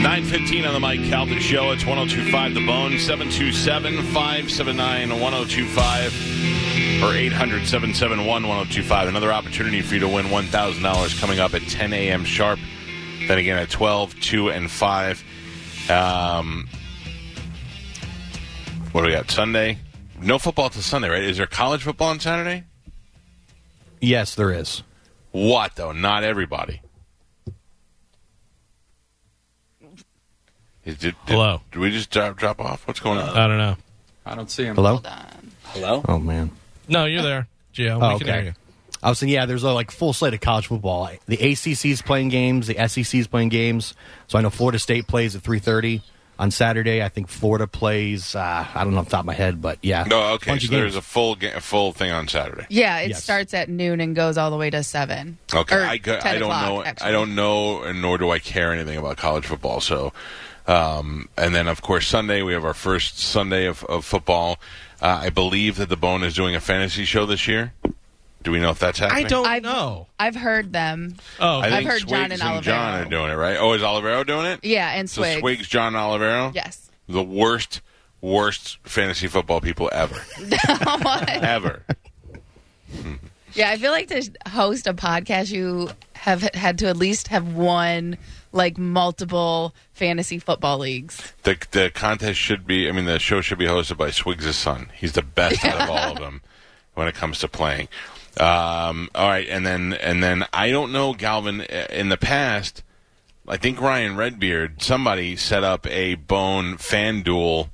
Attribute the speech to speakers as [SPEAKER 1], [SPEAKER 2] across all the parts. [SPEAKER 1] 15 on the Mike Calda Show. It's 1025 The Bone, 727 579 1025 or 800 771 1025. Another opportunity for you to win $1,000 coming up at 10 a.m. sharp. Then again at 12, 2, and 5. Um, what do we got? Sunday? No football till Sunday, right? Is there college football on Saturday?
[SPEAKER 2] Yes, there is.
[SPEAKER 1] What, though? Not everybody. Is- Did, did-
[SPEAKER 3] Hello. Uh,
[SPEAKER 1] Did we just drop, drop off? What's going on?
[SPEAKER 3] I don't know.
[SPEAKER 4] I don't see him.
[SPEAKER 2] Hello?
[SPEAKER 4] Hello?
[SPEAKER 2] Oh, man.
[SPEAKER 3] No, you're there, Gio.
[SPEAKER 2] Oh,
[SPEAKER 3] we can
[SPEAKER 2] okay.
[SPEAKER 3] hear you.
[SPEAKER 2] I was saying, yeah, there's a like full slate of college football. The ACC's playing games, the SEC's playing games. So I know Florida State plays at 3:30 on Saturday. I think Florida plays. Uh, I don't know off the top of my head, but yeah.
[SPEAKER 1] No, okay.
[SPEAKER 2] Bunch of
[SPEAKER 1] So there's
[SPEAKER 2] games.
[SPEAKER 1] a full ga- a full thing on Saturday.
[SPEAKER 5] Yeah, it
[SPEAKER 2] Yes.
[SPEAKER 5] starts at noon and goes all the way to seven.
[SPEAKER 1] Okay,
[SPEAKER 5] Or
[SPEAKER 1] I, go-
[SPEAKER 5] 10
[SPEAKER 1] I don't
[SPEAKER 5] o'clock,
[SPEAKER 1] know. I
[SPEAKER 5] actually.
[SPEAKER 1] don't know, and nor do I care anything about college football. So, um, and then of course Sunday we have our first Sunday of, of football. Uh, I believe that the Bone is doing a fantasy show this year. Do we know if that's happening?
[SPEAKER 3] I don't
[SPEAKER 5] I've,
[SPEAKER 3] know.
[SPEAKER 5] I've heard them.
[SPEAKER 3] Oh,
[SPEAKER 1] I
[SPEAKER 3] okay.
[SPEAKER 1] think
[SPEAKER 5] I've heard John
[SPEAKER 1] Swigs
[SPEAKER 5] and
[SPEAKER 1] John
[SPEAKER 5] Olivero.
[SPEAKER 1] are doing it, right? Oh, is Olivero doing it?
[SPEAKER 5] Yeah, and
[SPEAKER 1] So
[SPEAKER 5] Swig.
[SPEAKER 1] Swigs, John, and Olivero.
[SPEAKER 5] Yes.
[SPEAKER 1] the worst, worst fantasy football people ever, ever.
[SPEAKER 5] Yeah, I feel like to host a podcast, you have had to at least have won like multiple fantasy football leagues.
[SPEAKER 1] The, the contest should be, I mean, the show should be hosted by Swigs' son. He's the best out of all of them when it comes to playing. Um, all right, and then and then I don't know, Galvin. i- In the past, I think Ryan Redbeard, somebody set up a Bone fan duel,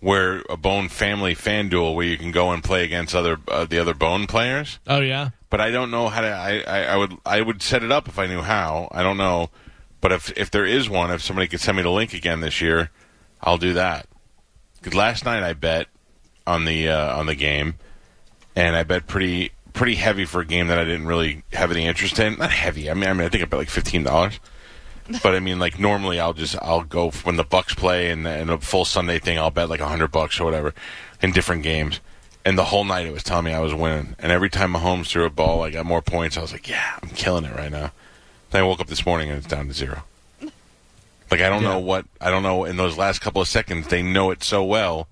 [SPEAKER 1] where a Bone family fan duel, where you can go and play against other uh, the other Bone players
[SPEAKER 3] oh yeah.
[SPEAKER 1] but I don't know how to. I, I, I would I would set it up if I knew how. I don't know, but if if there is one, if somebody could send me the link again this year, I'll do that. 'Cause last night I bet on the uh, on the game, and I bet pretty pretty heavy for a game that I didn't really have any interest in. Not heavy. I mean, I mean, I think I bet like fifteen dollars. But I mean, like normally I'll just I'll go f- when the Bucks play and and a full Sunday thing. I'll bet like hundred bucks or whatever in different games. And the whole night it was telling me I was winning. And every time Mahomes threw a ball, I got more points. I was like, yeah, I'm killing it right now. Then I woke up this morning and it's down to zero. Like I don't know what I don't know. In those last couple of seconds, they know it so well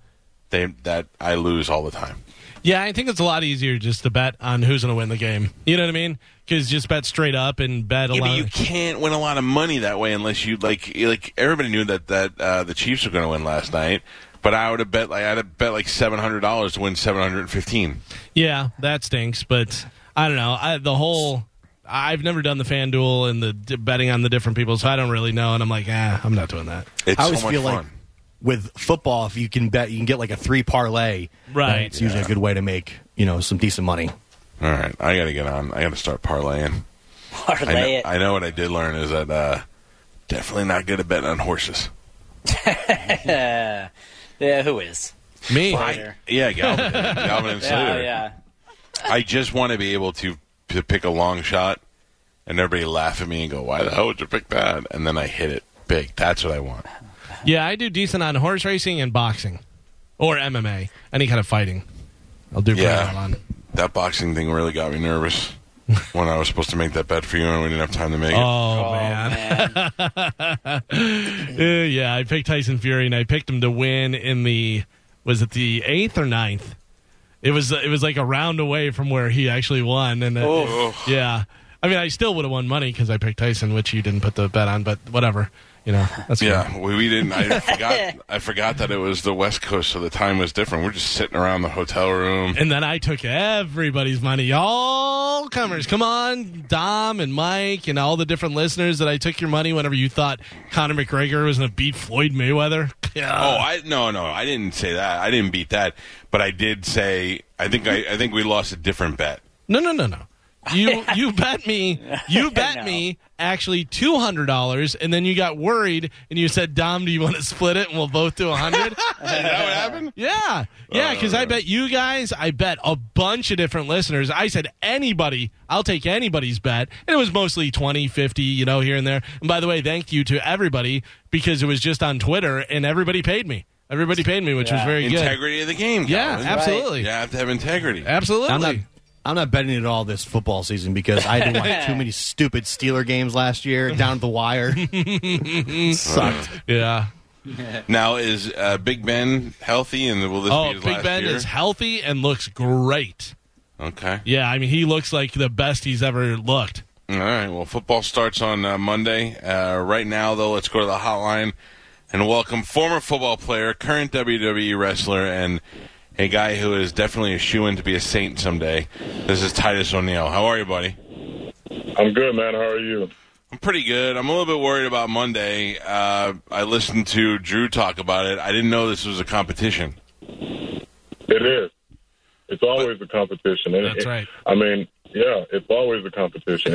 [SPEAKER 1] they that I lose all the time.
[SPEAKER 3] Yeah, I think it's a lot easier just to bet on who's going to win the game. You know what I mean? Because just bet straight up and bet a
[SPEAKER 1] Yeah,
[SPEAKER 3] lot.
[SPEAKER 1] but you can't win a lot of money that way unless you like like everybody knew that that uh, the Chiefs were going to win last night. But I would have bet like I'd have bet like seven hundred dollars to win seven hundred and fifteen.
[SPEAKER 3] Yeah, that stinks. But I don't know. I, the whole I've never done the fan duel and the d- betting on the different people, so I don't really know. And I'm like, ah, I'm not doing that.
[SPEAKER 1] It's
[SPEAKER 2] I
[SPEAKER 1] so
[SPEAKER 2] always
[SPEAKER 1] much
[SPEAKER 2] feel
[SPEAKER 1] fun.
[SPEAKER 2] like with football, if you can bet, you can get like a three parlay.
[SPEAKER 3] Right.
[SPEAKER 2] then It's usually a good way to make you know some decent money.
[SPEAKER 1] All right, I got to get on. I got to start parlaying. I
[SPEAKER 6] parlay
[SPEAKER 1] know,
[SPEAKER 6] it.
[SPEAKER 1] I know what I did learn is that uh, definitely not good at betting on horses.
[SPEAKER 6] yeah, who is?
[SPEAKER 3] Me,
[SPEAKER 6] Slater.
[SPEAKER 1] Yeah, Galvin, did. Galvin and
[SPEAKER 6] Yeah,
[SPEAKER 1] Slater.
[SPEAKER 6] yeah.
[SPEAKER 1] I just want to be able to to pick a long shot, and everybody laugh at me and go, "Why the hell would you pick that?" And then I hit it big. That's what I want.
[SPEAKER 3] yeah, I do decent on horse racing and boxing, or MMA, any kind of fighting. I'll do pretty
[SPEAKER 1] Yeah.
[SPEAKER 3] well on.
[SPEAKER 1] That boxing thing really got me nervous when I was supposed to make that bet for you, and we didn't have time to make it.
[SPEAKER 3] Oh,
[SPEAKER 6] Oh,
[SPEAKER 3] man.
[SPEAKER 6] man.
[SPEAKER 3] Uh, yeah, I picked Tyson Fury, and I picked him to win in the was it the eighth or ninth? It was it was like a round away from where he actually won, and uh, yeah, I mean I still would have won money because I picked Tyson, which you didn't put the bet on, but whatever, you know. That's fine.
[SPEAKER 1] Yeah, we, we didn't. I forgot. I forgot that it was the West Coast, so the time was different. We're just sitting around the hotel room.
[SPEAKER 3] And then I took everybody's money, all comers. Come on, Dom and Mike and all the different listeners that I took your money whenever you thought Conor McGregor was going to beat Floyd Mayweather. Yeah.
[SPEAKER 1] Oh, I no, no, I didn't say that. I didn't beat that, but I did say. I think I, I think we lost a different bet.
[SPEAKER 3] No, no, no, no. You you bet me. You bet
[SPEAKER 6] No.
[SPEAKER 3] me actually two hundred dollars, and then you got worried and you said, "Dom, do you want to split it and we'll both do a hundred?
[SPEAKER 1] Is that what happened?
[SPEAKER 3] yeah, yeah. Because I bet you guys. I bet a bunch of different listeners. I said anybody. I'll take anybody's bet, and it was mostly 20, 50, you know, here and there. And by the way, thank you to everybody because it was just on Twitter and everybody paid me. Everybody paid me, which was
[SPEAKER 6] Yeah.
[SPEAKER 3] very good.
[SPEAKER 1] Integrity of the game.
[SPEAKER 3] Yeah,
[SPEAKER 1] Colin.
[SPEAKER 3] absolutely,
[SPEAKER 1] You have to have integrity.
[SPEAKER 3] absolutely.
[SPEAKER 2] I'm not I'm not betting at all this football season because I had to watch too many stupid Steeler games last year down at the wire. Sucked.
[SPEAKER 3] Yeah.
[SPEAKER 1] Now is uh, Big Ben healthy? And will this
[SPEAKER 3] Oh,
[SPEAKER 1] be his
[SPEAKER 3] Big
[SPEAKER 1] last
[SPEAKER 3] Ben
[SPEAKER 1] year?
[SPEAKER 3] is healthy and looks great.
[SPEAKER 1] okay.
[SPEAKER 3] Yeah, I mean, he looks like the best he's ever looked.
[SPEAKER 1] All right. Well, football starts on uh, Monday. Uh, right now, though, let's go to the hotline and welcome former football player, current WWE wrestler, and a guy who is definitely a shoe in to be a saint someday. This is Titus O'Neill. How are you, buddy?
[SPEAKER 4] I'm good, man. How are you?
[SPEAKER 1] I'm pretty good. I'm a little bit worried about Monday. Uh, I listened to Drew talk about it. I didn't know this was a competition.
[SPEAKER 4] It is. It's always a competition. And
[SPEAKER 3] That's
[SPEAKER 4] it-
[SPEAKER 3] right.
[SPEAKER 4] I mean, yeah, it's always a competition.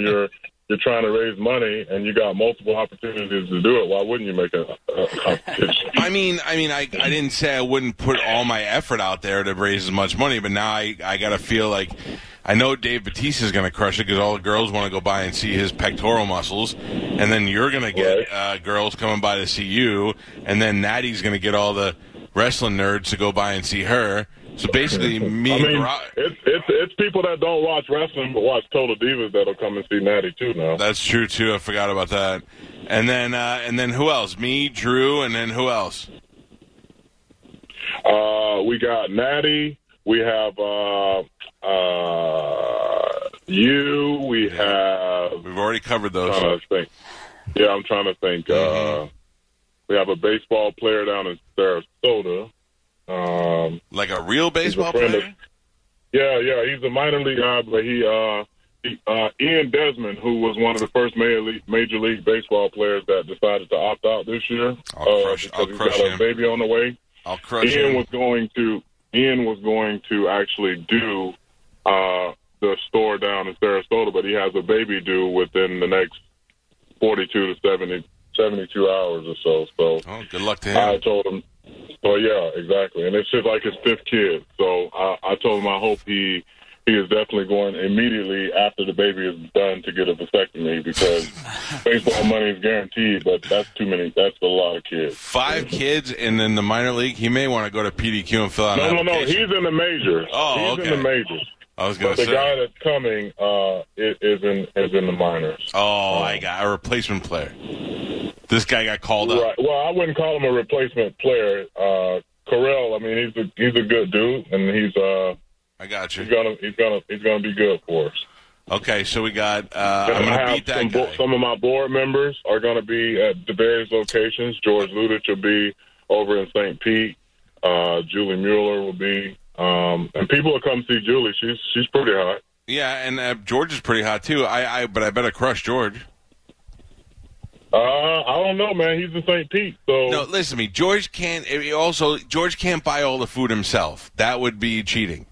[SPEAKER 4] you're you're trying to raise money and you got multiple opportunities to do it, why wouldn't you make a, a competition?
[SPEAKER 1] I mean, I mean, I, I didn't say I wouldn't put all my effort out there to raise as much money, but now I, I got to feel like I know Dave Batista is going to crush it because all the girls want to go by and see his pectoral muscles, and then you're going to get
[SPEAKER 4] Right.
[SPEAKER 1] uh, girls coming by to see you, and then Natty's going to get all the wrestling nerds to go by and see her. So basically, me
[SPEAKER 4] I
[SPEAKER 1] and
[SPEAKER 4] mean,
[SPEAKER 1] Gar-
[SPEAKER 4] it's it's it's people that don't watch wrestling but watch Total Divas that'll come and see Natty too now.
[SPEAKER 1] that's true too. I forgot about that. And then uh, and then who else? Me, Drew, and then who else?
[SPEAKER 4] Uh, we got Natty. We have uh, uh, you. We have
[SPEAKER 1] We've already covered those.
[SPEAKER 4] trying to Oh, think. Yeah, I'm trying to think.
[SPEAKER 1] Mm-hmm.
[SPEAKER 4] Uh, we have a baseball player down in Sarasota. Um,
[SPEAKER 1] like a real baseball
[SPEAKER 4] friend of-
[SPEAKER 1] player.
[SPEAKER 4] yeah, yeah, he's a minor league guy, but he, uh, he uh, Ian Desmond, who was one of the first major league, major league baseball players that decided to opt out this year
[SPEAKER 1] I'll
[SPEAKER 4] uh,
[SPEAKER 1] crush-
[SPEAKER 4] because
[SPEAKER 1] I'll
[SPEAKER 4] he's
[SPEAKER 1] crush
[SPEAKER 4] got
[SPEAKER 1] him.
[SPEAKER 4] a baby on the way.
[SPEAKER 1] I'll crush
[SPEAKER 4] Ian
[SPEAKER 1] him.
[SPEAKER 4] was going to Ian was going to actually do uh, the store down in Sarasota, but he has a baby due within the next forty-two to 70, 72 hours or so. So
[SPEAKER 1] Oh, good luck to
[SPEAKER 4] I
[SPEAKER 1] him.
[SPEAKER 4] told him, "Oh yeah, exactly." And it's just like his fifth kid. So I, I told him I hope he he is definitely going immediately after the baby is done to get a vasectomy because baseball money is guaranteed, but that's too many. That's a lot of kids.
[SPEAKER 1] Five kids and then the minor league. He may want to go to PDQ and fill out
[SPEAKER 4] No,
[SPEAKER 1] an
[SPEAKER 4] no, no.
[SPEAKER 1] application.
[SPEAKER 4] He's in the majors.
[SPEAKER 1] Oh,
[SPEAKER 4] he's
[SPEAKER 1] okay.
[SPEAKER 4] in the majors.
[SPEAKER 1] I was going
[SPEAKER 4] But
[SPEAKER 1] to
[SPEAKER 4] the guy
[SPEAKER 1] say.
[SPEAKER 4] that's coming uh, is, is in is in the minors.
[SPEAKER 1] Oh, I got a replacement player. This guy got called up.
[SPEAKER 4] Right. Well, I wouldn't call him a replacement player. Uh, Corell, I mean, he's a he's a good dude, and he's uh
[SPEAKER 1] I got
[SPEAKER 4] he's
[SPEAKER 1] you.
[SPEAKER 4] gonna he's gonna he's gonna be good for us.
[SPEAKER 1] Okay, so we got. Uh, I'm
[SPEAKER 4] Gonna
[SPEAKER 1] going to
[SPEAKER 4] have
[SPEAKER 1] beat that
[SPEAKER 4] some, bo-
[SPEAKER 1] guy.
[SPEAKER 4] some of my board members are going to be at the various locations. George Ludich will be over in St. Pete. Uh, Julie Mueller will be, um, and people will come see Julie. She's she's pretty hot.
[SPEAKER 1] Yeah, and uh, George is pretty hot too. I, I, but I better crush George.
[SPEAKER 4] Uh, I don't know, man. He's in St. Pete, so
[SPEAKER 1] No, listen to me. George can't. eh, Also, George can't buy all the food himself. That would be cheating.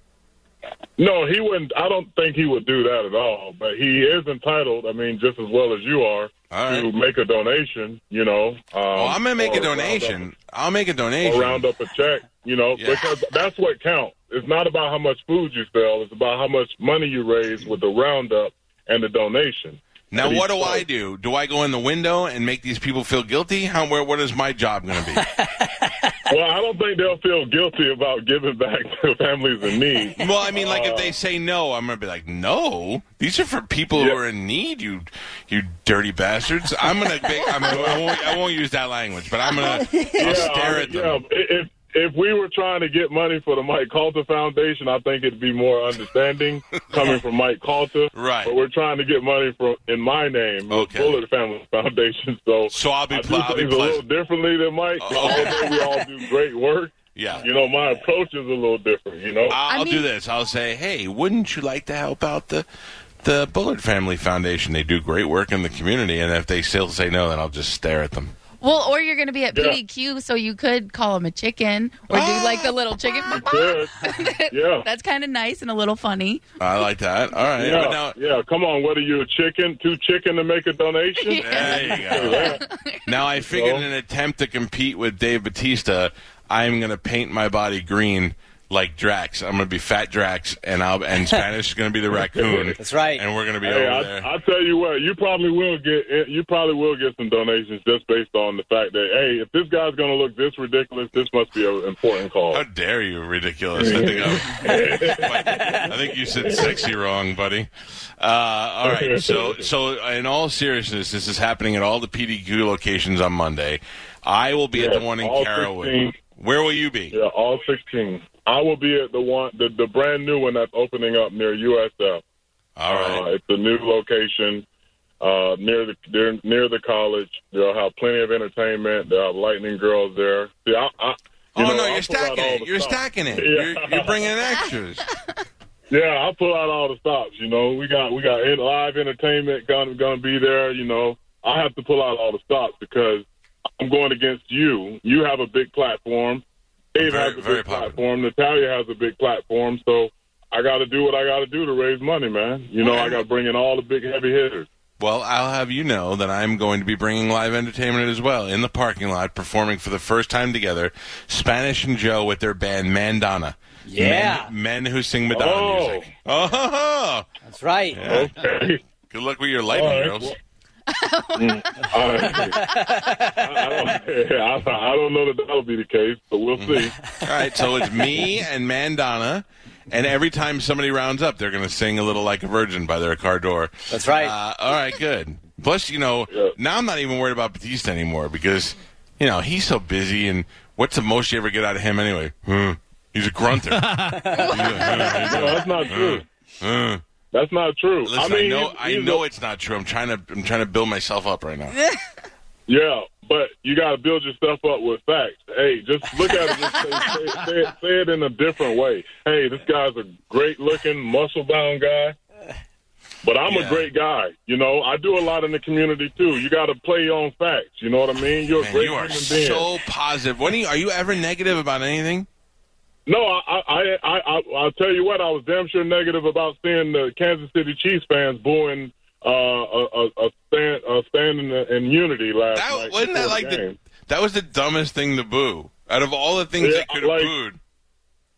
[SPEAKER 4] no, he wouldn't. I don't think he would do that at all. But he is entitled. I mean, just as well as you are
[SPEAKER 1] All right.
[SPEAKER 4] to make a donation. You know, um,
[SPEAKER 1] Oh, I'm gonna make
[SPEAKER 4] or
[SPEAKER 1] a
[SPEAKER 4] round up
[SPEAKER 1] donation. I'll make a
[SPEAKER 4] or
[SPEAKER 1] donation.
[SPEAKER 4] round up a check, you know,
[SPEAKER 1] Yeah.
[SPEAKER 4] because that's what counts. It's not about how much food you sell, it's about how much money you raise with the roundup and the donation.
[SPEAKER 1] Now,
[SPEAKER 4] But he-
[SPEAKER 1] what do I do? Do I go in the window and make these people feel guilty? How? Where? What is my job going to be?
[SPEAKER 4] Well, I don't think they'll feel guilty about giving back to families in need.
[SPEAKER 1] well, I mean, like if
[SPEAKER 4] Uh.
[SPEAKER 1] they say no, I'm going to be like, no, these are for people who
[SPEAKER 4] Yeah.
[SPEAKER 1] are in need. You, you dirty bastards. I'm going to. I'm, I, won't, I won't use that language, but I'm going to. I'll stare
[SPEAKER 4] I
[SPEAKER 1] at
[SPEAKER 4] mean,
[SPEAKER 1] them.
[SPEAKER 4] yeah, if if we were trying to get money for the Mike Calter Foundation, I think it'd be more understanding coming from Mike Calter.
[SPEAKER 1] Right.
[SPEAKER 4] But we're trying to get money from in my name, the
[SPEAKER 1] Okay.
[SPEAKER 4] Bullet Family Foundation. So
[SPEAKER 1] So I'll be
[SPEAKER 4] I do
[SPEAKER 1] pl- I'll be
[SPEAKER 4] things a little
[SPEAKER 1] pleasant.
[SPEAKER 4] differently than Mike.
[SPEAKER 1] Oh,
[SPEAKER 4] Although we all do great work.
[SPEAKER 1] Yeah. Ah.
[SPEAKER 4] You know, my approach is a little different. You know.
[SPEAKER 1] I'll
[SPEAKER 5] I mean-
[SPEAKER 1] do this. I'll say, hey, wouldn't you like to help out the the Bullard Family Foundation? They do great work in the community, and if they still say no, then I'll just stare at them.
[SPEAKER 5] Well, or you're going to be at
[SPEAKER 4] Yeah.
[SPEAKER 5] PDQ, so you could call him a chicken or do like the little chicken.
[SPEAKER 4] Good. Yeah.
[SPEAKER 5] That's kind of nice and a little funny.
[SPEAKER 1] I like that. All right.
[SPEAKER 4] Yeah,
[SPEAKER 1] But now,
[SPEAKER 4] yeah, come on. What are you, a chicken? Two chicken to make a donation?
[SPEAKER 1] There you go.
[SPEAKER 4] Yeah.
[SPEAKER 1] Now I figured
[SPEAKER 4] So?
[SPEAKER 1] in an attempt to compete with Dave Batista, I'm going to paint my body green like Drax. I'm going to be Fat Drax, and I'll and Spanish is going to be the raccoon.
[SPEAKER 6] That's right.
[SPEAKER 1] And we're going to be
[SPEAKER 4] Hey,
[SPEAKER 1] over there.
[SPEAKER 4] I, I tell you what, you probably will get you probably will get some donations just based on the fact that hey, if this guy's going to look this ridiculous, this must be an important call.
[SPEAKER 1] How dare you? Ridiculous. I think, I, I think you said sexy wrong, buddy. Uh, all right. So, so in all seriousness, this is happening at all the PDQ locations on Monday. I will be at
[SPEAKER 4] Yeah,
[SPEAKER 1] the one in
[SPEAKER 4] all
[SPEAKER 1] Carrollwood.
[SPEAKER 4] 16.
[SPEAKER 1] Where will you be?
[SPEAKER 4] Yeah, all 16. I will be at the one, the, the brand new one that's opening up near USF.
[SPEAKER 1] All right.
[SPEAKER 4] Uh, it's a new location uh, near the near, near the college. They'll have plenty of entertainment. They'll have Lightning Girls there. See, I, I, you
[SPEAKER 1] oh
[SPEAKER 4] know,
[SPEAKER 1] no,
[SPEAKER 4] I
[SPEAKER 1] you're
[SPEAKER 4] pull out
[SPEAKER 1] stacking
[SPEAKER 4] all
[SPEAKER 1] it.
[SPEAKER 4] the
[SPEAKER 1] You're
[SPEAKER 4] stops.
[SPEAKER 1] stacking it.
[SPEAKER 4] Yeah.
[SPEAKER 1] You're, you're bringing in extras.
[SPEAKER 4] Yeah, I pull out all the stops. You know, we got we got in- live entertainment gonna gonna be there. You know, I have to pull out all the stops because I'm going against you. You have a big platform. Dave
[SPEAKER 1] Very-
[SPEAKER 4] has a
[SPEAKER 1] very
[SPEAKER 4] big
[SPEAKER 1] popular.
[SPEAKER 4] platform. Natalia has a big platform. So I got to do what I got to do to raise money, man. You know, I got to bring in all the big heavy hitters.
[SPEAKER 1] Well, I'll have you know that I'm going to be bringing live entertainment as well in the parking lot, performing for the first time together, Spanish and Joe with their band Mandana.
[SPEAKER 6] Yeah.
[SPEAKER 1] Men, men who sing Madonna
[SPEAKER 4] Oh.
[SPEAKER 1] music. Oh, ho, ho.
[SPEAKER 6] That's right.
[SPEAKER 4] Okay.
[SPEAKER 1] good luck with your lightning
[SPEAKER 4] All right,
[SPEAKER 1] girls.
[SPEAKER 4] well- All right. I, I, don't, I, I don't know that that'll be the case, but we'll see.
[SPEAKER 1] All right, so it's me and Mandana, and every time somebody rounds up, they're going to sing a little like a virgin by their car door.
[SPEAKER 6] That's right.
[SPEAKER 1] Uh, all right, good. Plus, you know,
[SPEAKER 4] Yeah.
[SPEAKER 1] now I'm not even worried about Batista anymore because, you know, he's so busy, and what's the most you ever get out of him anyway? Hmm. He's a grunter. He's a-
[SPEAKER 4] No, that's not true.
[SPEAKER 1] uh.
[SPEAKER 4] That's not true.
[SPEAKER 1] Listen, I,
[SPEAKER 4] I mean,
[SPEAKER 1] know,
[SPEAKER 4] he's-
[SPEAKER 1] I
[SPEAKER 4] he's
[SPEAKER 1] know
[SPEAKER 4] a-
[SPEAKER 1] it's not true. I'm trying to, I'm trying to build myself up right now.
[SPEAKER 4] Yeah, but you got to build yourself up with facts. Hey, just look at it. Just say, say, say, it, say it in a different way. Hey, this guy's a great looking, muscle bound guy. But I'm
[SPEAKER 1] Yeah.
[SPEAKER 4] a great guy. You know, I do a lot in the community too. You got to play on facts. You know what I mean? You're a
[SPEAKER 1] Man,
[SPEAKER 4] great
[SPEAKER 1] you are
[SPEAKER 4] human being.
[SPEAKER 1] so positive. When are you, are you ever negative about anything?
[SPEAKER 4] No, I, I, I, I, I'll tell you what. I was damn sure negative about seeing the Kansas City Chiefs fans booing uh, a, a, a stand, a stand in, in unity last
[SPEAKER 1] That
[SPEAKER 4] night.
[SPEAKER 1] wasn't that
[SPEAKER 4] before
[SPEAKER 1] like
[SPEAKER 4] the
[SPEAKER 1] the,
[SPEAKER 4] game.
[SPEAKER 1] that was the dumbest thing to boo out of all the things
[SPEAKER 4] Yeah,
[SPEAKER 1] they could have
[SPEAKER 4] like-
[SPEAKER 1] booed.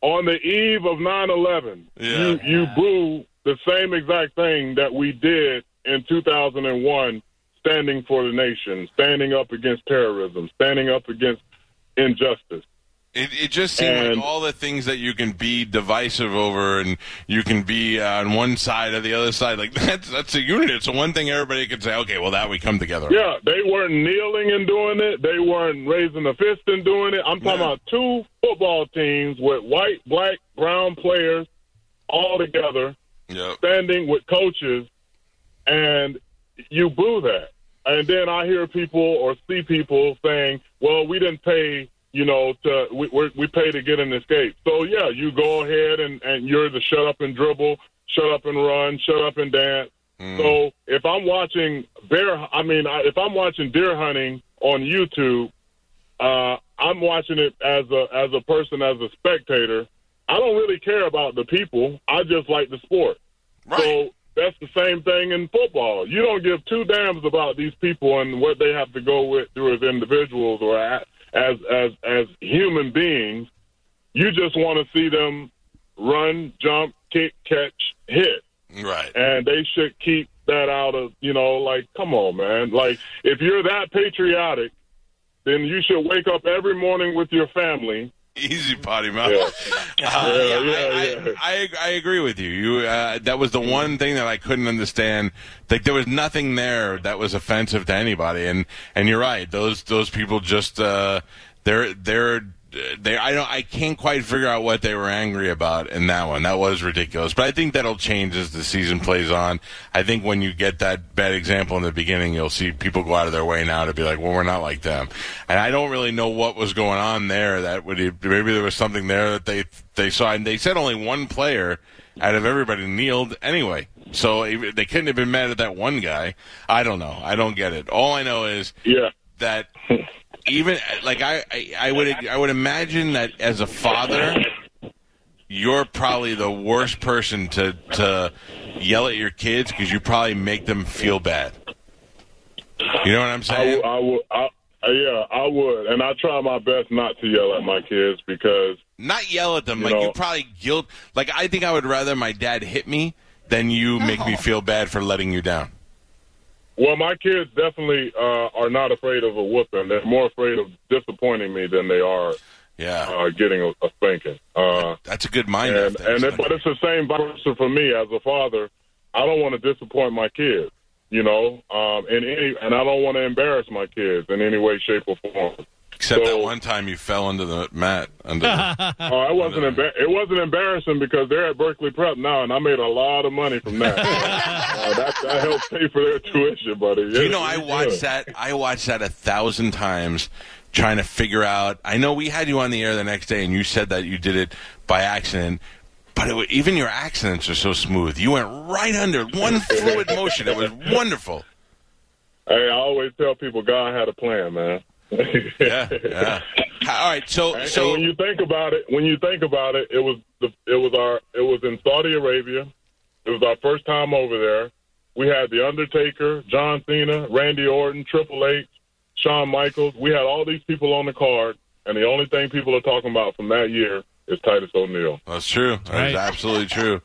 [SPEAKER 4] on the eve of 9-11,
[SPEAKER 1] Yeah.
[SPEAKER 4] you, you boo the same exact thing that we did in 2001, standing for the nation, standing up against terrorism, standing up against injustice.
[SPEAKER 1] It, it just seemed
[SPEAKER 4] And-
[SPEAKER 1] like all the things that you can be divisive over, and you can be uh, on one side or the other side. Like that's that's a unit. It's the one thing everybody could say. Okay, well that we come together.
[SPEAKER 4] Yeah, they weren't kneeling and doing it. They weren't raising a fist and doing it. I'm talking
[SPEAKER 1] No.
[SPEAKER 4] about two football teams with white, black, brown players all together
[SPEAKER 1] Yep.
[SPEAKER 4] standing with coaches and you boo that. And then I hear people or see people saying, well, we didn't pay, you know, to, we, we're, we pay to get an escape. So, yeah, you go ahead and, and you're the shut up and dribble, shut up and run, shut up and dance. So if I'm watching bear, I mean, I, if I'm watching deer hunting on YouTube, uh, I'm watching it as a as a person, as a spectator. I don't really care about the people. I just like the sport. So that's the same thing in football. You don't give two dams about these people and what they have to go with through as individuals or a- as as as human beings. You just want to see them run, jump, kick, catch, hit
[SPEAKER 1] Right.
[SPEAKER 4] and they should keep that out of you know like come on man like if you're that patriotic then you should wake up every morning with your family
[SPEAKER 1] Easy potty mouth.
[SPEAKER 4] Yeah.
[SPEAKER 1] Uh,
[SPEAKER 4] Yeah,
[SPEAKER 1] yeah, I,
[SPEAKER 4] yeah, yeah.
[SPEAKER 1] I, I, I agree with you. You uh, that was the one thing that I couldn't understand. Like there was nothing there that was offensive to anybody, and and you're right. Those those people just uh, they're they're they I don't I can't quite figure out what they were angry about in that one. That was ridiculous. But I think that'll change as the season plays on. I think when you get that bad example in the beginning, you'll see people go out of their way now to be like, well, we're not like them. And I don't really know what was going on there. That would e, maybe there was something there that they they saw, and they said only one player out of everybody kneeled anyway. So if- they couldn't have been mad at that one guy. I don't know. I don't get it. All I know is
[SPEAKER 4] yeah
[SPEAKER 1] that even like I, I, I would I would imagine that as a father, you're probably the worst person to to yell at your kids because you probably make them feel bad. You know what I'm
[SPEAKER 4] I
[SPEAKER 1] saying?
[SPEAKER 4] would, I would, I, yeah, I would, and I try my best not to yell at my kids because
[SPEAKER 1] Not yell at them.
[SPEAKER 4] You
[SPEAKER 1] like you
[SPEAKER 4] know-
[SPEAKER 1] probably guilt. Like I think I would rather my dad hit me than you make me feel bad for letting you down.
[SPEAKER 4] Well, my kids definitely uh, are not afraid of a whooping. They're more afraid of disappointing me than they are
[SPEAKER 1] Yeah,
[SPEAKER 4] uh, getting a, a spanking. Uh,
[SPEAKER 1] that's a good mind.
[SPEAKER 4] and
[SPEAKER 1] thing,
[SPEAKER 4] and
[SPEAKER 1] son.
[SPEAKER 4] it, but it's the same versa for me as a father. I don't want to disappoint my kids, you know, um, in any, and I don't want to embarrass my kids in any way, shape, or form.
[SPEAKER 1] Except
[SPEAKER 4] so-
[SPEAKER 1] that one time you fell into the mat. Under the,
[SPEAKER 4] Uh, it wasn't embar- it wasn't embarrassing because they're at Berkeley Prep now, and I made a lot of money from that. uh, that, that helped pay for their tuition, buddy.
[SPEAKER 1] you know, I watched that. I watched that a thousand times, trying to figure out. I know we had you on the air the next day, and you said that you did it by accident. But it, wa- even your accidents are so smooth. You went right under one fluid motion. It was wonderful.
[SPEAKER 4] Hey, I always tell people God had a plan, man.
[SPEAKER 1] Yeah, yeah. All right, so
[SPEAKER 4] And-
[SPEAKER 1] so
[SPEAKER 4] and when you think about it, when you think about it, it was the, it was our it was in Saudi Arabia. It was our first time over there. We had the Undertaker, John Cena, Randy Orton, Triple H, Shawn Michaels. We had all these people on the card, and the only thing people are talking about from that year is Titus O'Neil.
[SPEAKER 1] That's true. That's
[SPEAKER 3] Right.
[SPEAKER 1] absolutely true.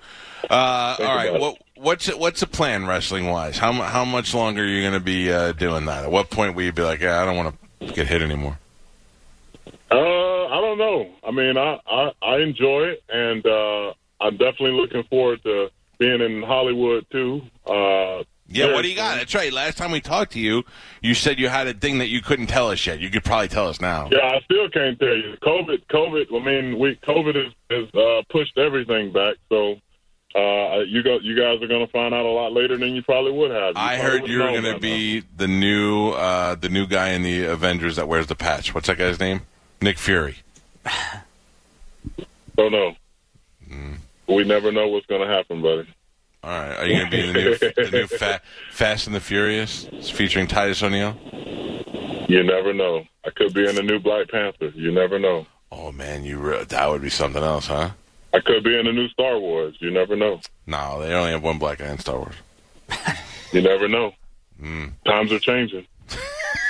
[SPEAKER 1] Uh, all right.
[SPEAKER 4] about
[SPEAKER 1] What, what's what's the plan wrestling wise? How mu- how much longer are you going to be uh, doing that? At what point will you be like, yeah, I don't want to get hit anymore?
[SPEAKER 4] Uh, I don't know. I mean, I I, I enjoy it, and uh, I'm definitely looking forward to being in Hollywood too. Uh,
[SPEAKER 1] Yeah.
[SPEAKER 4] very
[SPEAKER 1] what do you got?
[SPEAKER 4] soon.
[SPEAKER 1] That's right. Last time we talked to you, you said you had a thing that you couldn't tell us yet. You could probably tell us now.
[SPEAKER 4] Yeah, I still can't tell you. COVID, COVID. I mean, we COVID has, has uh, pushed everything back. So uh, you go, you guys are going to find out a lot later than you probably would have.
[SPEAKER 1] I
[SPEAKER 4] probably
[SPEAKER 1] heard
[SPEAKER 4] would've
[SPEAKER 1] you were
[SPEAKER 4] known
[SPEAKER 1] going
[SPEAKER 4] by
[SPEAKER 1] to
[SPEAKER 4] now.
[SPEAKER 1] be the new uh, the new guy in the Avengers that wears the patch. What's that guy's name? Nick Fury.
[SPEAKER 4] Don't know.
[SPEAKER 1] Mm.
[SPEAKER 4] We never know what's going to happen, buddy.
[SPEAKER 1] All right. Are you going to be the new, the new fa- Fast and the Furious featuring Titus O'Neil?
[SPEAKER 4] You never know. I could be in the new Black Panther. You never know.
[SPEAKER 1] Oh man, you re- that would be something else, huh?
[SPEAKER 4] I could be in the new Star Wars. You never know.
[SPEAKER 1] No, they only have one black guy in Star Wars.
[SPEAKER 4] You never know.
[SPEAKER 1] Hmm.
[SPEAKER 4] Times are changing.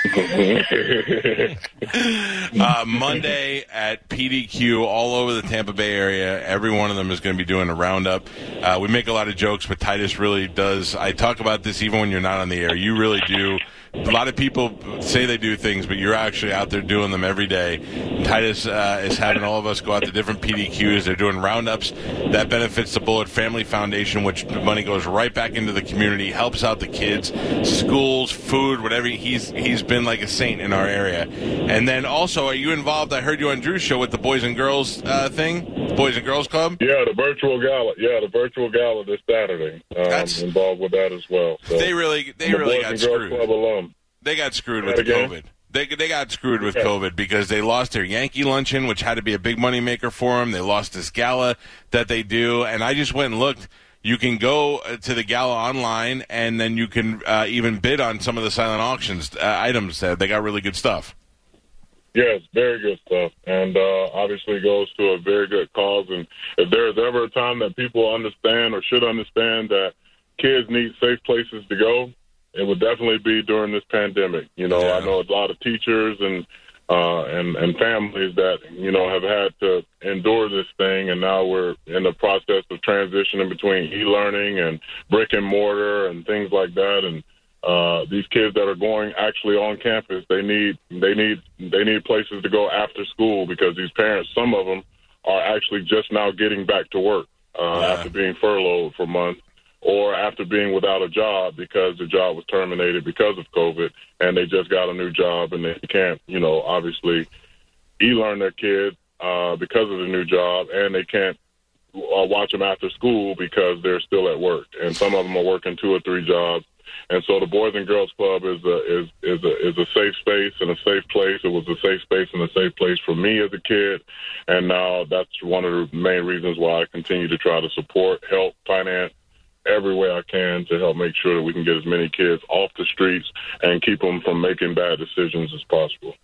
[SPEAKER 1] Uh, Monday at PDQ, all over the Tampa Bay area. Every one of them is going to be doing a roundup. Uh, we make a lot of jokes, but Titus really does. I talk about this even when you're not on the air. You really do. A lot of people say they do things, but you're actually out there doing them every day. Titus uh, is having all of us go out to different PDQs. They're doing roundups. That benefits the Bullet Family Foundation, which the money goes right back into the community, helps out the kids, schools, food, whatever. He's he's been like a saint in our area. And then also, are you involved? I heard you on Drew's show with the Boys and Girls uh, thing, Boys and Girls Club.
[SPEAKER 4] yeah, the virtual gala. Yeah, the virtual gala this Saturday. Um,
[SPEAKER 1] That's-
[SPEAKER 4] involved with that as well. So.
[SPEAKER 1] They really they
[SPEAKER 4] The
[SPEAKER 1] really
[SPEAKER 4] Boys
[SPEAKER 1] got
[SPEAKER 4] and Girls
[SPEAKER 1] screwed.
[SPEAKER 4] Club alum.
[SPEAKER 1] They got screwed with
[SPEAKER 4] That again?
[SPEAKER 1] COVID. They, they got screwed with COVID because they lost their Yankee luncheon, which had to be a big moneymaker for them. They lost this gala that they do. And I just went and looked. You can go uh, to the gala online, and then you can uh, even bid on some of the silent auctions uh, items. That they got really good stuff.
[SPEAKER 4] Yes, very good stuff, and uh, obviously goes to a very good cause. And if there is ever a time that people understand or should understand that kids need safe places to go, it would definitely be during this pandemic. You know,
[SPEAKER 1] Yeah.
[SPEAKER 4] I know a lot of teachers and uh, and and families that you know have had to endure this thing, and now we're in the process of transitioning between e-learning and brick and mortar and things like that, and uh, these kids that are going actually on campus, they need they need they need places to go after school because these parents, some of them, are actually just now getting back to work uh,
[SPEAKER 1] Yeah.
[SPEAKER 4] after being furloughed for months or after being without a job because the job was terminated because of COVID, and they just got a new job and they can't, you know, obviously e-learn their kids uh, because of the new job, and they can't uh, watch them after school because they're still at work, and some of them are working two or three jobs. And so the Boys and Girls Club is a is is a is a safe space and a safe place. It was a safe space and a safe place for me as a kid, and now that's one of the main reasons why I continue to try to support, help, finance every way I can to help make sure that we can get as many kids off the streets and keep them from making bad decisions as possible.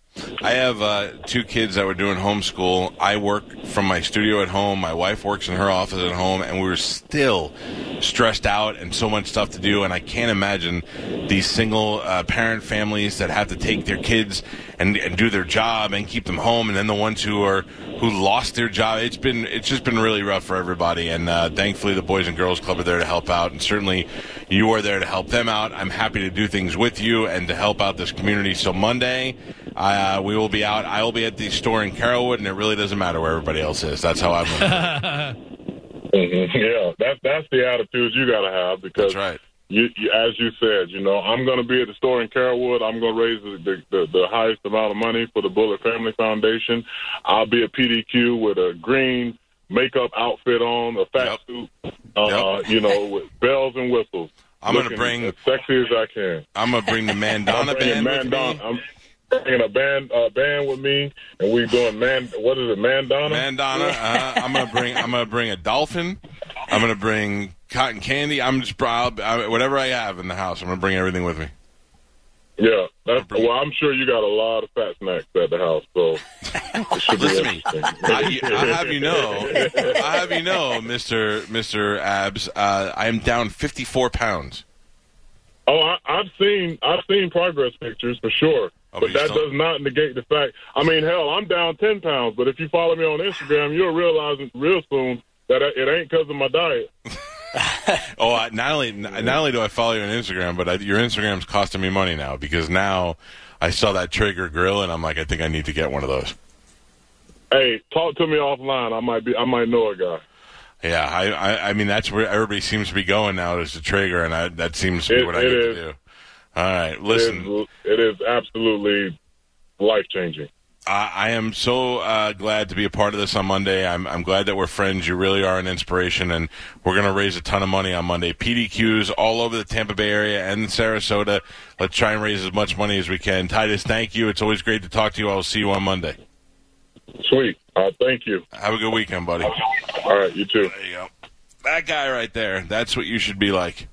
[SPEAKER 1] I have uh, two kids that were doing homeschool. I work from my studio at home. My wife works in her office at home, and we were still stressed out and so much stuff to do. And I can't imagine these single uh, parent families that have to take their kids and, and do their job and keep them home, and then the ones who are who lost their job. It's been it's just been really rough for everybody, and uh, thankfully the Boys and Girls Club are there to help out, and certainly you are there to help them out. I'm happy to do things with you and to help out this community. So Monday, uh, we will be out. I will be at the store in Carrollwood, and it really doesn't matter where everybody else is. That's how I'm. Gonna
[SPEAKER 4] Mhm. Yeah, that that's the attitude you got to have because
[SPEAKER 1] Mm-hmm. That's right.
[SPEAKER 4] you, you, as you said, you know, I'm going to be at the store in Carrollwood. I'm going to raise the, the, the, the highest amount of money for the Bullet Family Foundation. I'll be at PDQ with a green makeup outfit on, a fat suit, uh, you know, with bells and whistles.
[SPEAKER 1] I'm gonna
[SPEAKER 4] Looking
[SPEAKER 1] bring-
[SPEAKER 4] as sexy as I can.
[SPEAKER 1] I'm gonna bring the
[SPEAKER 4] I'm
[SPEAKER 1] Mandana
[SPEAKER 4] bringing
[SPEAKER 1] band with
[SPEAKER 4] Mandon-
[SPEAKER 1] me.
[SPEAKER 4] I'm bringing a band uh, band with me, and we doing man. What is it, Mandana?
[SPEAKER 1] Mandana. Uh, I'm gonna bring. I'm gonna bring a dolphin. I'm gonna bring cotton candy. I'm just i I, whatever I have in the house. I'm gonna bring everything with me.
[SPEAKER 4] Yeah, that's, well, I'm sure you got a lot of fat snacks at the house, so it should be
[SPEAKER 1] Listen to me.
[SPEAKER 4] interesting.
[SPEAKER 1] I, I have you know. I have you know, Mister Mister Abs. Uh, I am down 54 pounds.
[SPEAKER 4] Oh, I, I've seen I've seen progress pictures for sure,
[SPEAKER 1] Oh, but
[SPEAKER 4] but
[SPEAKER 1] you
[SPEAKER 4] that
[SPEAKER 1] still-
[SPEAKER 4] does not negate the fact. I mean, hell, I'm down ten pounds, but if you follow me on Instagram, you'll realize real soon that I- it ain't because of my diet.
[SPEAKER 1] Oh, I, not only not only do I follow you on Instagram, but I, your Instagram's costing me money now because now I saw that Traeger grill and I'm like, I think I need to get one of those.
[SPEAKER 4] Hey, talk to me offline. I might be I might know a guy.
[SPEAKER 1] Yeah, I, I, I mean that's where everybody seems to be going now is the Traeger, and I, that seems to be
[SPEAKER 4] It-
[SPEAKER 1] what I
[SPEAKER 4] it
[SPEAKER 1] need to
[SPEAKER 4] is.
[SPEAKER 1] do. All right,
[SPEAKER 4] It is-
[SPEAKER 1] listen,
[SPEAKER 4] it is absolutely life changing.
[SPEAKER 1] I, I am so uh, glad to be a part of this on Monday. I'm, I'm glad that we're friends. You really are an inspiration, and we're going to raise a ton of money on Monday. PDQs all over the Tampa Bay area and Sarasota. Let's try and raise as much money as we can. Titus, thank you. It's always great to talk to you. I will see you on Monday.
[SPEAKER 4] Sweet. Uh, thank you.
[SPEAKER 1] Have a good weekend, buddy.
[SPEAKER 4] All right, you too.
[SPEAKER 1] There you go. That guy right there. That's what you should be like.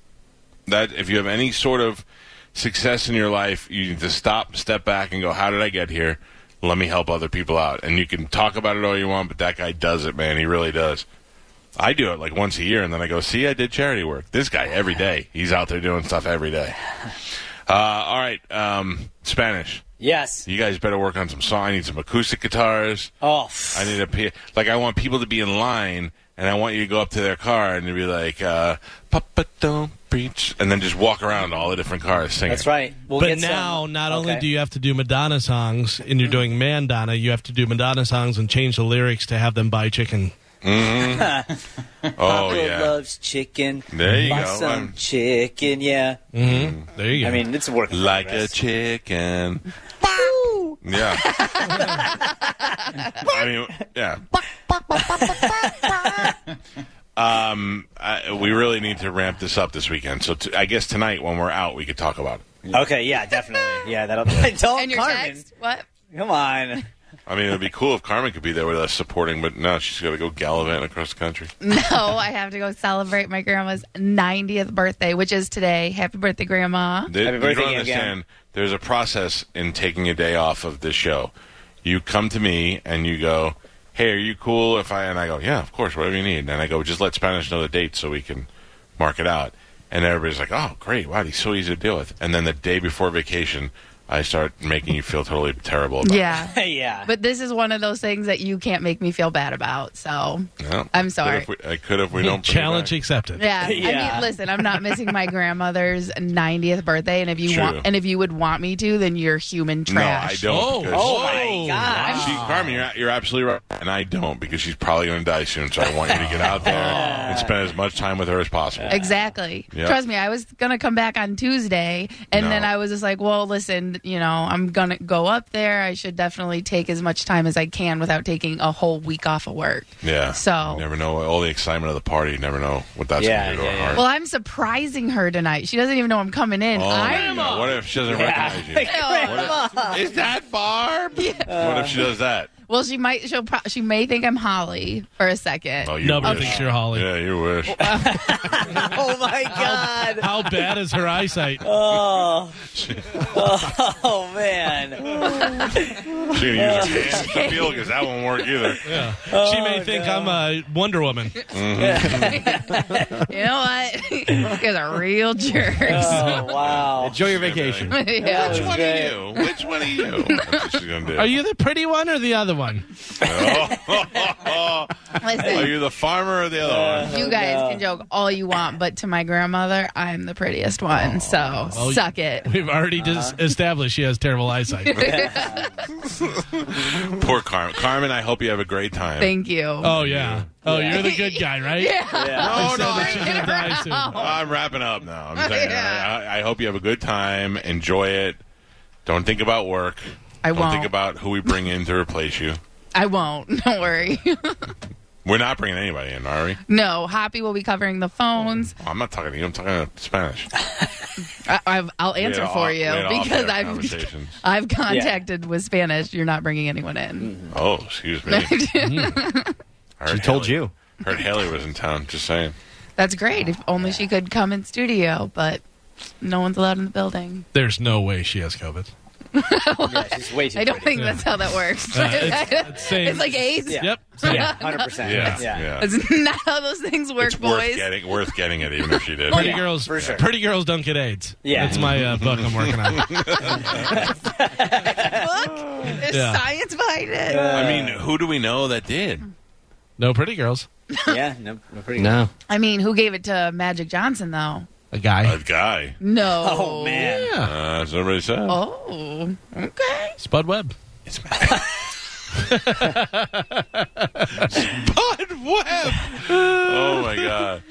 [SPEAKER 1] That if you have any sort of success in your life, you need to stop, step back, and go, "How did I get here? Let me help other people out." And you can talk about it all you want, but that guy does it, man. He really does. I do it like once a year, and then I go, "See, I did charity work." This guy every day. He's out there doing stuff every day. Uh, all right, um, Spanish.
[SPEAKER 6] Yes.
[SPEAKER 1] You guys better work on some song. I need some acoustic guitars.
[SPEAKER 6] Oh,
[SPEAKER 1] I need a P- like I want people to be in line, and I want you to go up to their car and to be like, uh, "Papa, don't preach," and then just walk around all the different cars singing.
[SPEAKER 6] that's right. We'll
[SPEAKER 3] but
[SPEAKER 6] get some-
[SPEAKER 3] now, not only
[SPEAKER 6] um, okay.
[SPEAKER 3] do you have to do Madonna songs and you're doing Mandana, you have to do Madonna songs and change the lyrics to have them buy chicken.
[SPEAKER 1] Oh
[SPEAKER 6] Papa
[SPEAKER 1] yeah,
[SPEAKER 6] loves chicken.
[SPEAKER 1] There you
[SPEAKER 6] Buy
[SPEAKER 1] go.
[SPEAKER 6] Some
[SPEAKER 1] I'm-
[SPEAKER 6] chicken, yeah.
[SPEAKER 3] Mm-hmm.
[SPEAKER 1] Mm.
[SPEAKER 3] There you go.
[SPEAKER 6] I mean, it's working.
[SPEAKER 1] like a chicken. Yeah. I mean, yeah. um, I, we really need to ramp this up this weekend. So t- I guess tonight when we're out, we could talk about it.
[SPEAKER 6] Okay, yeah, definitely. Yeah, that'll. Don't
[SPEAKER 5] And your
[SPEAKER 6] Oh, Carmen.
[SPEAKER 5] text? What?
[SPEAKER 6] Come on.
[SPEAKER 1] I mean, it would be cool if Carmen could be there with us supporting, but no, she's got to go gallivanting across the country.
[SPEAKER 5] No, Oh, I have to go celebrate my grandma's 90th birthday, which is today. Happy birthday, Grandma.
[SPEAKER 1] There,
[SPEAKER 6] Happy
[SPEAKER 1] you
[SPEAKER 6] birthday
[SPEAKER 1] don't
[SPEAKER 6] again, Gavin.
[SPEAKER 1] understand. There's a process in taking a day off of this show. You come to me and you go, "Hey, are you cool?" If I and I go, "Yeah, of course, whatever you need," and I go, "Just let Spanish know the date so we can mark it out." And everybody's like, "Oh, great! Wow, he's so easy to deal with." And then the day before vacation, I start making you feel totally terrible. About
[SPEAKER 5] Yeah.
[SPEAKER 6] yeah.
[SPEAKER 5] But this is one of those things that you can't make me feel bad about. So,
[SPEAKER 1] it. Yeah.
[SPEAKER 5] I'm
[SPEAKER 1] Could
[SPEAKER 5] sorry.
[SPEAKER 1] if we- I could if we don't bring it
[SPEAKER 3] Challenge
[SPEAKER 1] back.
[SPEAKER 3] accepted.
[SPEAKER 5] yeah. I
[SPEAKER 6] Yeah.
[SPEAKER 5] mean, listen, I'm not missing my grandmother's 90th birthday, and if you
[SPEAKER 1] True.
[SPEAKER 5] want, and if you would want me to, then you're human
[SPEAKER 1] No, I
[SPEAKER 5] trash.
[SPEAKER 1] don't.
[SPEAKER 3] Oh,
[SPEAKER 1] because-
[SPEAKER 6] Oh my God.
[SPEAKER 1] She, Carmen, you're, you're absolutely right, and I don't because she's probably going to die soon. So I want you to get out there and spend as much time with her as possible.
[SPEAKER 5] Exactly.
[SPEAKER 1] Yeah.
[SPEAKER 5] Trust me, I was gonna come back on Tuesday, and
[SPEAKER 1] No.
[SPEAKER 5] then I was just like, "Well, listen, you know, I'm gonna go up there. I should definitely take as much time as I can without taking a whole week off of work."
[SPEAKER 1] Yeah.
[SPEAKER 5] So-
[SPEAKER 1] you never know all the excitement of the party. You never know what that's
[SPEAKER 6] Yeah,
[SPEAKER 1] going to do to
[SPEAKER 6] yeah,
[SPEAKER 1] our heart.
[SPEAKER 5] Well, I'm surprising her tonight. She doesn't even know I'm coming in.
[SPEAKER 1] Oh,
[SPEAKER 5] I'm
[SPEAKER 1] yeah. What if she doesn't recognize you?
[SPEAKER 5] Ew.
[SPEAKER 1] Is that Barb? What if she does that?
[SPEAKER 5] Well, she might. She'll. Pro- she may think I'm Holly for a second.
[SPEAKER 1] Oh, you
[SPEAKER 3] Nobody
[SPEAKER 1] wish.
[SPEAKER 3] thinks you're Holly.
[SPEAKER 1] Yeah, you wish.
[SPEAKER 6] Oh my God.
[SPEAKER 3] How bad is her eyesight?
[SPEAKER 6] Oh. Oh man.
[SPEAKER 1] She's going to use her hands to feel because that won't work either.
[SPEAKER 3] she
[SPEAKER 6] Oh,
[SPEAKER 3] may think I'm a Wonder Woman.
[SPEAKER 5] You know what? you guys are real jerks.
[SPEAKER 1] Uh,
[SPEAKER 6] Oh wow.
[SPEAKER 2] Enjoy your vacation.
[SPEAKER 5] yeah.
[SPEAKER 1] Which one are you? Which one are you? That's what she's going to do.
[SPEAKER 3] Are you the pretty one or the other other one.
[SPEAKER 1] Are
[SPEAKER 5] Listen,
[SPEAKER 1] you the farmer or the other one?
[SPEAKER 5] you guys can joke all you want, but to my grandmother, I'm the prettiest one. So
[SPEAKER 1] Oh,
[SPEAKER 3] you-
[SPEAKER 5] suck it.
[SPEAKER 3] We've already
[SPEAKER 6] Uh-huh.
[SPEAKER 3] dis- established she has terrible eyesight.
[SPEAKER 1] Poor Carmen. Carmen, I hope you have a great time.
[SPEAKER 5] Thank you.
[SPEAKER 3] Oh yeah. Oh, you're the good guy, right?
[SPEAKER 5] yeah.
[SPEAKER 6] Yeah.
[SPEAKER 1] Oh, no, no,
[SPEAKER 3] She's gonna die soon.
[SPEAKER 1] I'm wrapping up now. Oh. I'm saying,
[SPEAKER 5] Yeah.
[SPEAKER 1] I, I hope you have a good time. Enjoy it. Don't think about work.
[SPEAKER 5] I
[SPEAKER 1] Don't think
[SPEAKER 5] won't.
[SPEAKER 1] about who we bring in to replace you.
[SPEAKER 5] I won't. Don't worry.
[SPEAKER 1] We're not bringing anybody in, are we?
[SPEAKER 5] no, Hoppy will be covering the phones.
[SPEAKER 1] I'm not talking to you. I'm talking in Spanish.
[SPEAKER 5] I, I've, I'll
[SPEAKER 1] We had
[SPEAKER 5] answer
[SPEAKER 1] an
[SPEAKER 5] for
[SPEAKER 1] off- we
[SPEAKER 5] you
[SPEAKER 1] had an
[SPEAKER 5] because
[SPEAKER 1] off-air
[SPEAKER 5] I've
[SPEAKER 1] conversations.
[SPEAKER 5] I've contacted with Spanish. You're not bringing anyone in.
[SPEAKER 1] Oh, excuse me. I heard
[SPEAKER 2] She told
[SPEAKER 1] Haley-
[SPEAKER 2] you.
[SPEAKER 1] Heard Haley was in town. Just saying.
[SPEAKER 5] That's great. If only she could come in studio, but no one's allowed in the building.
[SPEAKER 3] There's no way she has COVID.
[SPEAKER 6] Yeah, she's way too
[SPEAKER 5] I don't
[SPEAKER 6] pretty.
[SPEAKER 5] think that's how that works.
[SPEAKER 3] Uh, it's, it's same-
[SPEAKER 5] it's like AIDS.
[SPEAKER 6] Yeah.
[SPEAKER 3] Yep.
[SPEAKER 6] Yeah, 100%.
[SPEAKER 1] Yeah, yeah.
[SPEAKER 5] That's not how those things work,
[SPEAKER 1] It's worth
[SPEAKER 5] boys.
[SPEAKER 1] getting worth getting it, even if she did.
[SPEAKER 3] Pretty
[SPEAKER 6] yeah,
[SPEAKER 3] girls,
[SPEAKER 6] for sure.
[SPEAKER 3] pretty girls don't get AIDS.
[SPEAKER 6] Yeah.
[SPEAKER 3] that's my uh, book I'm working on.
[SPEAKER 5] Look, there's
[SPEAKER 3] Yeah.
[SPEAKER 5] science behind it.
[SPEAKER 1] I mean, who do we know that did?
[SPEAKER 3] No pretty girls.
[SPEAKER 6] Yeah, no, no pretty good.
[SPEAKER 2] No.
[SPEAKER 5] I mean, who gave it to Magic Johnson though?
[SPEAKER 3] A guy.
[SPEAKER 1] A guy.
[SPEAKER 5] No.
[SPEAKER 6] Oh, man.
[SPEAKER 3] yeah.
[SPEAKER 1] Uh, as everybody said.
[SPEAKER 5] Oh, okay.
[SPEAKER 3] Spud Webb.
[SPEAKER 1] It's Bud Webb. Oh my god.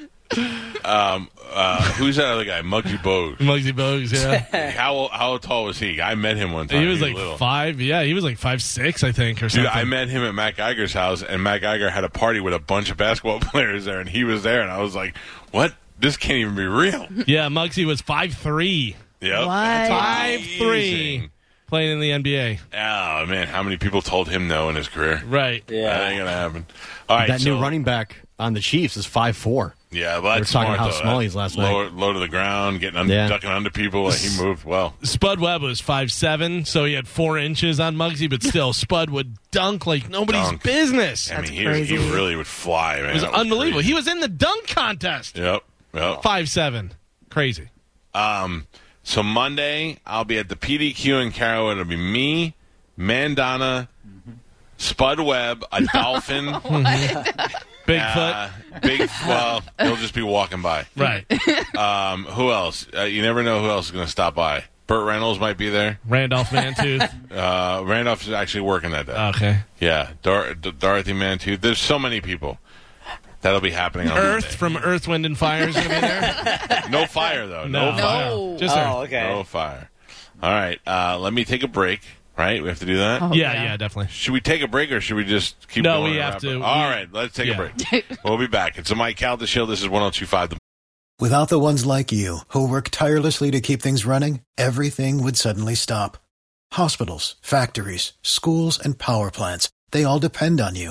[SPEAKER 1] Um, uh, who's that other guy? Muggsy Bogues.
[SPEAKER 3] Muggsy Bogues. Yeah.
[SPEAKER 1] How how tall was he? I met him one time.
[SPEAKER 3] he was like
[SPEAKER 1] little.
[SPEAKER 3] five. Yeah, he was like five six, I think, or
[SPEAKER 1] Dude,
[SPEAKER 3] something.
[SPEAKER 1] I met him at Matt Geiger's house, and Matt Geiger had a party with a bunch of basketball players there, and he was there, and I was like, "What? This can't even be real."
[SPEAKER 3] yeah, Muggsy was five three.
[SPEAKER 1] Yep.
[SPEAKER 5] What?
[SPEAKER 3] Five three.
[SPEAKER 1] Amazing.
[SPEAKER 3] Playing in the NBA.
[SPEAKER 1] Oh man, how many people told him no in his career?
[SPEAKER 3] Right.
[SPEAKER 1] That
[SPEAKER 6] Yeah.
[SPEAKER 1] ain't gonna happen. All right,
[SPEAKER 2] that
[SPEAKER 1] so,
[SPEAKER 2] new running back on the Chiefs is five four.
[SPEAKER 1] Yeah, well,
[SPEAKER 2] were
[SPEAKER 1] that's
[SPEAKER 2] talking
[SPEAKER 1] smart,
[SPEAKER 2] how
[SPEAKER 1] though.
[SPEAKER 2] small
[SPEAKER 1] That
[SPEAKER 2] he's last
[SPEAKER 1] lower, Low to the ground, getting un-
[SPEAKER 2] Yeah.
[SPEAKER 1] ducking under people. and He moved well.
[SPEAKER 3] Spud Webb was five seven, so he had four inches on Muggsy, but still, Spud would dunk like nobody's
[SPEAKER 1] Dunk.
[SPEAKER 3] business.
[SPEAKER 1] I
[SPEAKER 3] It
[SPEAKER 1] mean, he, was, he
[SPEAKER 5] crazy.
[SPEAKER 1] really would fly, man.
[SPEAKER 3] was
[SPEAKER 1] That
[SPEAKER 3] unbelievable.
[SPEAKER 1] crazy.
[SPEAKER 3] He was in the dunk contest.
[SPEAKER 1] Yep. Yep.
[SPEAKER 3] Five seven, crazy.
[SPEAKER 1] Um, so Monday, I'll be at the PDQ in Carroll. It'll be me, Mandana, Spud Webb, a dolphin.
[SPEAKER 3] Oh Bigfoot,
[SPEAKER 1] uh, big, well, he'll just be walking by.
[SPEAKER 3] right?
[SPEAKER 1] Um, who else? Uh, you never know who else is going to stop by. Burt Reynolds might be there.
[SPEAKER 3] Randolph Mantooth.
[SPEAKER 1] Uh, Randolph is actually working that day.
[SPEAKER 3] Okay.
[SPEAKER 1] Yeah, Dor- D- Dorothy Mantooth. There's so many people. That'll be happening on
[SPEAKER 3] Earth from Earth, Wind, and Fire is going to be there.
[SPEAKER 1] Monday. No fire though. No,
[SPEAKER 3] No.
[SPEAKER 1] fire.
[SPEAKER 5] No.
[SPEAKER 3] Just Earth.
[SPEAKER 6] Oh, okay.
[SPEAKER 1] No fire. All right. Uh, let me take a break. Right, we have to do that.
[SPEAKER 5] Oh,
[SPEAKER 3] yeah, yeah, definitely.
[SPEAKER 1] Should we take a break or should we just keep
[SPEAKER 3] No,
[SPEAKER 1] going?
[SPEAKER 3] we
[SPEAKER 1] and
[SPEAKER 3] have
[SPEAKER 1] wrap
[SPEAKER 3] to.
[SPEAKER 1] up?
[SPEAKER 3] We-
[SPEAKER 1] All right, let's take
[SPEAKER 3] Yeah.
[SPEAKER 1] a break. we'll be back. It's a Mike Calda show. This is 1025 The
[SPEAKER 7] Without the ones like you, who work tirelessly to keep things running, everything would suddenly stop. Hospitals, factories, schools, and power plants, they all depend on you.